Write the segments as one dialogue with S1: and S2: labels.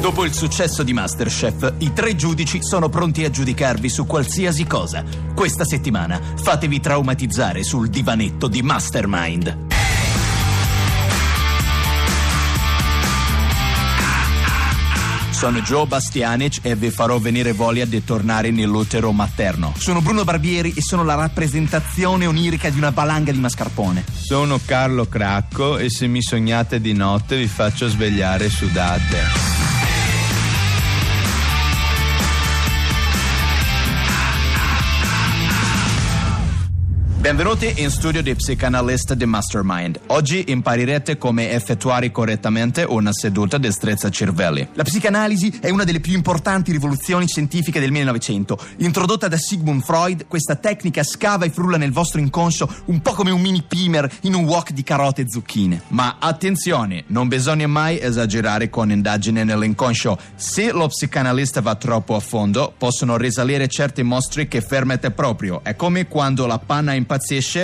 S1: Dopo il successo di Masterchef, i tre giudici sono pronti a giudicarvi su qualsiasi cosa. Questa settimana fatevi traumatizzare sul divanetto di Mastermind. Sono Joe Bastianic e vi farò venire voglia di tornare nell'utero materno. Sono Bruno Barbieri e sono la rappresentazione onirica di una valanga di mascarpone.
S2: Sono Carlo Cracco e se mi sognate di notte vi faccio svegliare sudate.
S1: Benvenuti in studio di Psicanalista di Mastermind. Oggi imparirete come effettuare correttamente una seduta di strezza cervelli. La psicanalisi è una delle più importanti rivoluzioni scientifiche del 1900. Introdotta da Sigmund Freud, questa tecnica scava e frulla nel vostro inconscio un po' come un mini primer in un wok di carote e zucchine. Ma attenzione, non bisogna mai esagerare con indagine nell'inconscio. Se lo psicanalista va troppo a fondo, possono risalire certi mostri che fermate proprio. È come quando la panna impazzisce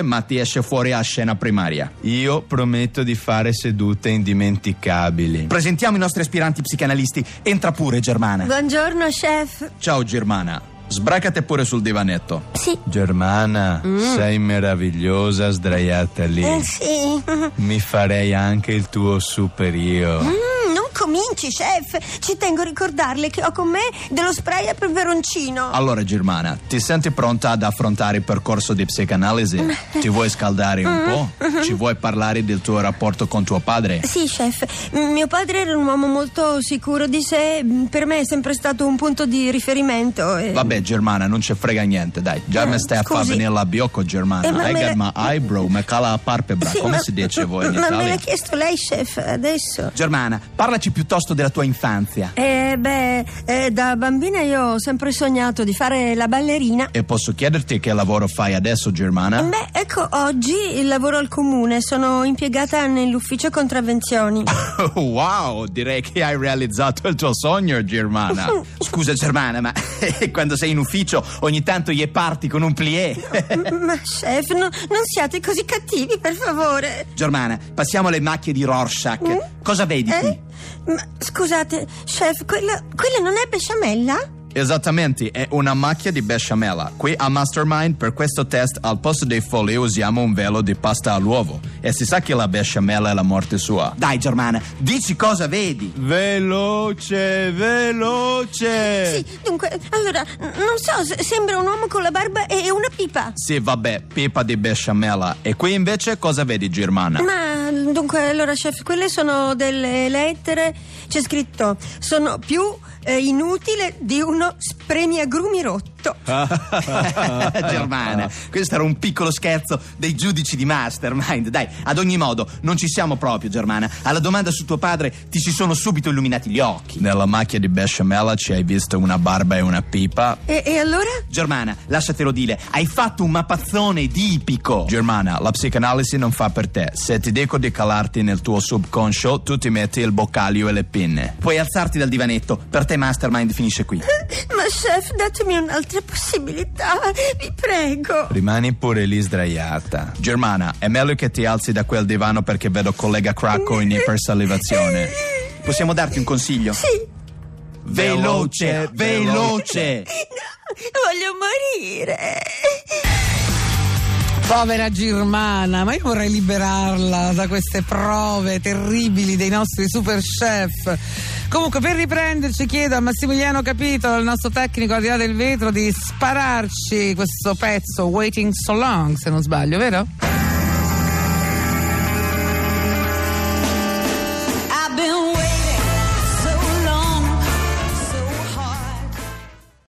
S1: ma ti esce fuori a scena primaria.
S2: Io prometto di fare sedute indimenticabili.
S1: Presentiamo i nostri aspiranti psicanalisti. Entra pure Germana.
S3: Buongiorno chef.
S1: Ciao Germana. Sbracate pure sul divanetto.
S3: Sì.
S2: Germana, sei meravigliosa sdraiata lì.
S3: Eh, sì. Mm,
S2: Mi farei anche il tuo super io.
S3: non cominci chef. Ci tengo a ricordarle che ho con me dello spray a peperoncino.
S1: Allora Germana, ti senti pronta ad affrontare il percorso di psicanalisi? Ti vuoi scaldare un po'? Ci vuoi parlare del tuo rapporto con tuo padre?
S3: Mm-hmm. Sì, chef. Mm, Mio padre era un uomo molto sicuro di sé. mm, Per me è sempre stato un punto di riferimento. e-
S1: Vabbè Germana, non ci frega niente, dai. Già mi stai a far
S3: Mm, Scusi.
S1: venire la biocco Germana.
S3: Eh, ma
S1: I
S3: me
S1: got my
S3: la-
S1: eyebrow, mi cala la palpebra.
S3: Sì,
S1: Come
S3: ma-
S1: si dice voi in
S3: Ma me
S1: Italia?
S3: l'ha chiesto lei, chef, adesso.
S1: Germana, parlaci piuttosto della tua infanzia.
S3: Eh, beh, eh, da bambina io ho sempre sognato di fare la ballerina.
S1: E posso chiederti che lavoro fai adesso, Germana?
S3: Beh, ecco, oggi lavoro al comune, sono impiegata nell'ufficio contravvenzioni.
S1: wow, direi che hai realizzato il tuo sogno, Germana. Scusa, Germana, ma quando sei in ufficio ogni tanto gli parti con un plié.
S3: M- Ma chef, no- non siate così cattivi, per favore.
S1: Germana, passiamo alle macchie di Rorschach.
S3: Mm?
S1: Cosa vedi
S3: Eh?
S1: qui?
S3: Ma scusate, chef, quella, quella non è besciamella?
S1: Esattamente, è una macchia di besciamella. Qui a Mastermind, per questo test, al posto dei folli usiamo un velo di pasta all'uovo. E si sa che la besciamella è la morte sua. Dai, Germana, dici cosa vedi.
S2: Veloce, veloce!
S3: Sì, dunque, allora, n- non so, se- sembra un uomo con la barba e una pipa.
S1: Sì, vabbè, pipa di besciamella. E qui invece cosa vedi, Germana?
S3: Ma dunque, allora, chef, quelle sono delle lettere. C'è scritto: sono più eh, inutile di uno spremiagrumi rotto.
S1: Germana, questo era un piccolo scherzo dei giudici di Mastermind. Dai, ad ogni modo, non ci siamo proprio, Germana. Alla domanda su tuo padre ti si sono subito illuminati gli occhi. Nella macchia di besciamella ci hai visto una barba e una pipa?
S3: E, e allora?
S1: Germana, lasciatelo dire, hai fatto un mappazzone di ipico. Germana, la psicanalisi non fa per te. Se ti dico di calarti nel tuo subconscio, tu ti metti il boccaglio e le pinne. Puoi alzarti dal divanetto, per te Mastermind finisce qui.
S3: Ma chef, datemi un'altra possibilità, vi prego.
S2: Rimani pure lì sdraiata.
S1: Germana, è meglio che ti alzi da quel divano perché vedo collega Cracco in ipersalivazione. Possiamo darti un consiglio?
S3: Sì,
S1: Veloce, veloce!
S3: no, voglio morire.
S4: Povera Germana, ma io vorrei liberarla da queste prove terribili dei nostri super chef. Comunque, per riprenderci, chiedo a Massimiliano Capito, il nostro tecnico al di là del vetro, di spararci questo pezzo Waiting So Long, se non sbaglio, vero?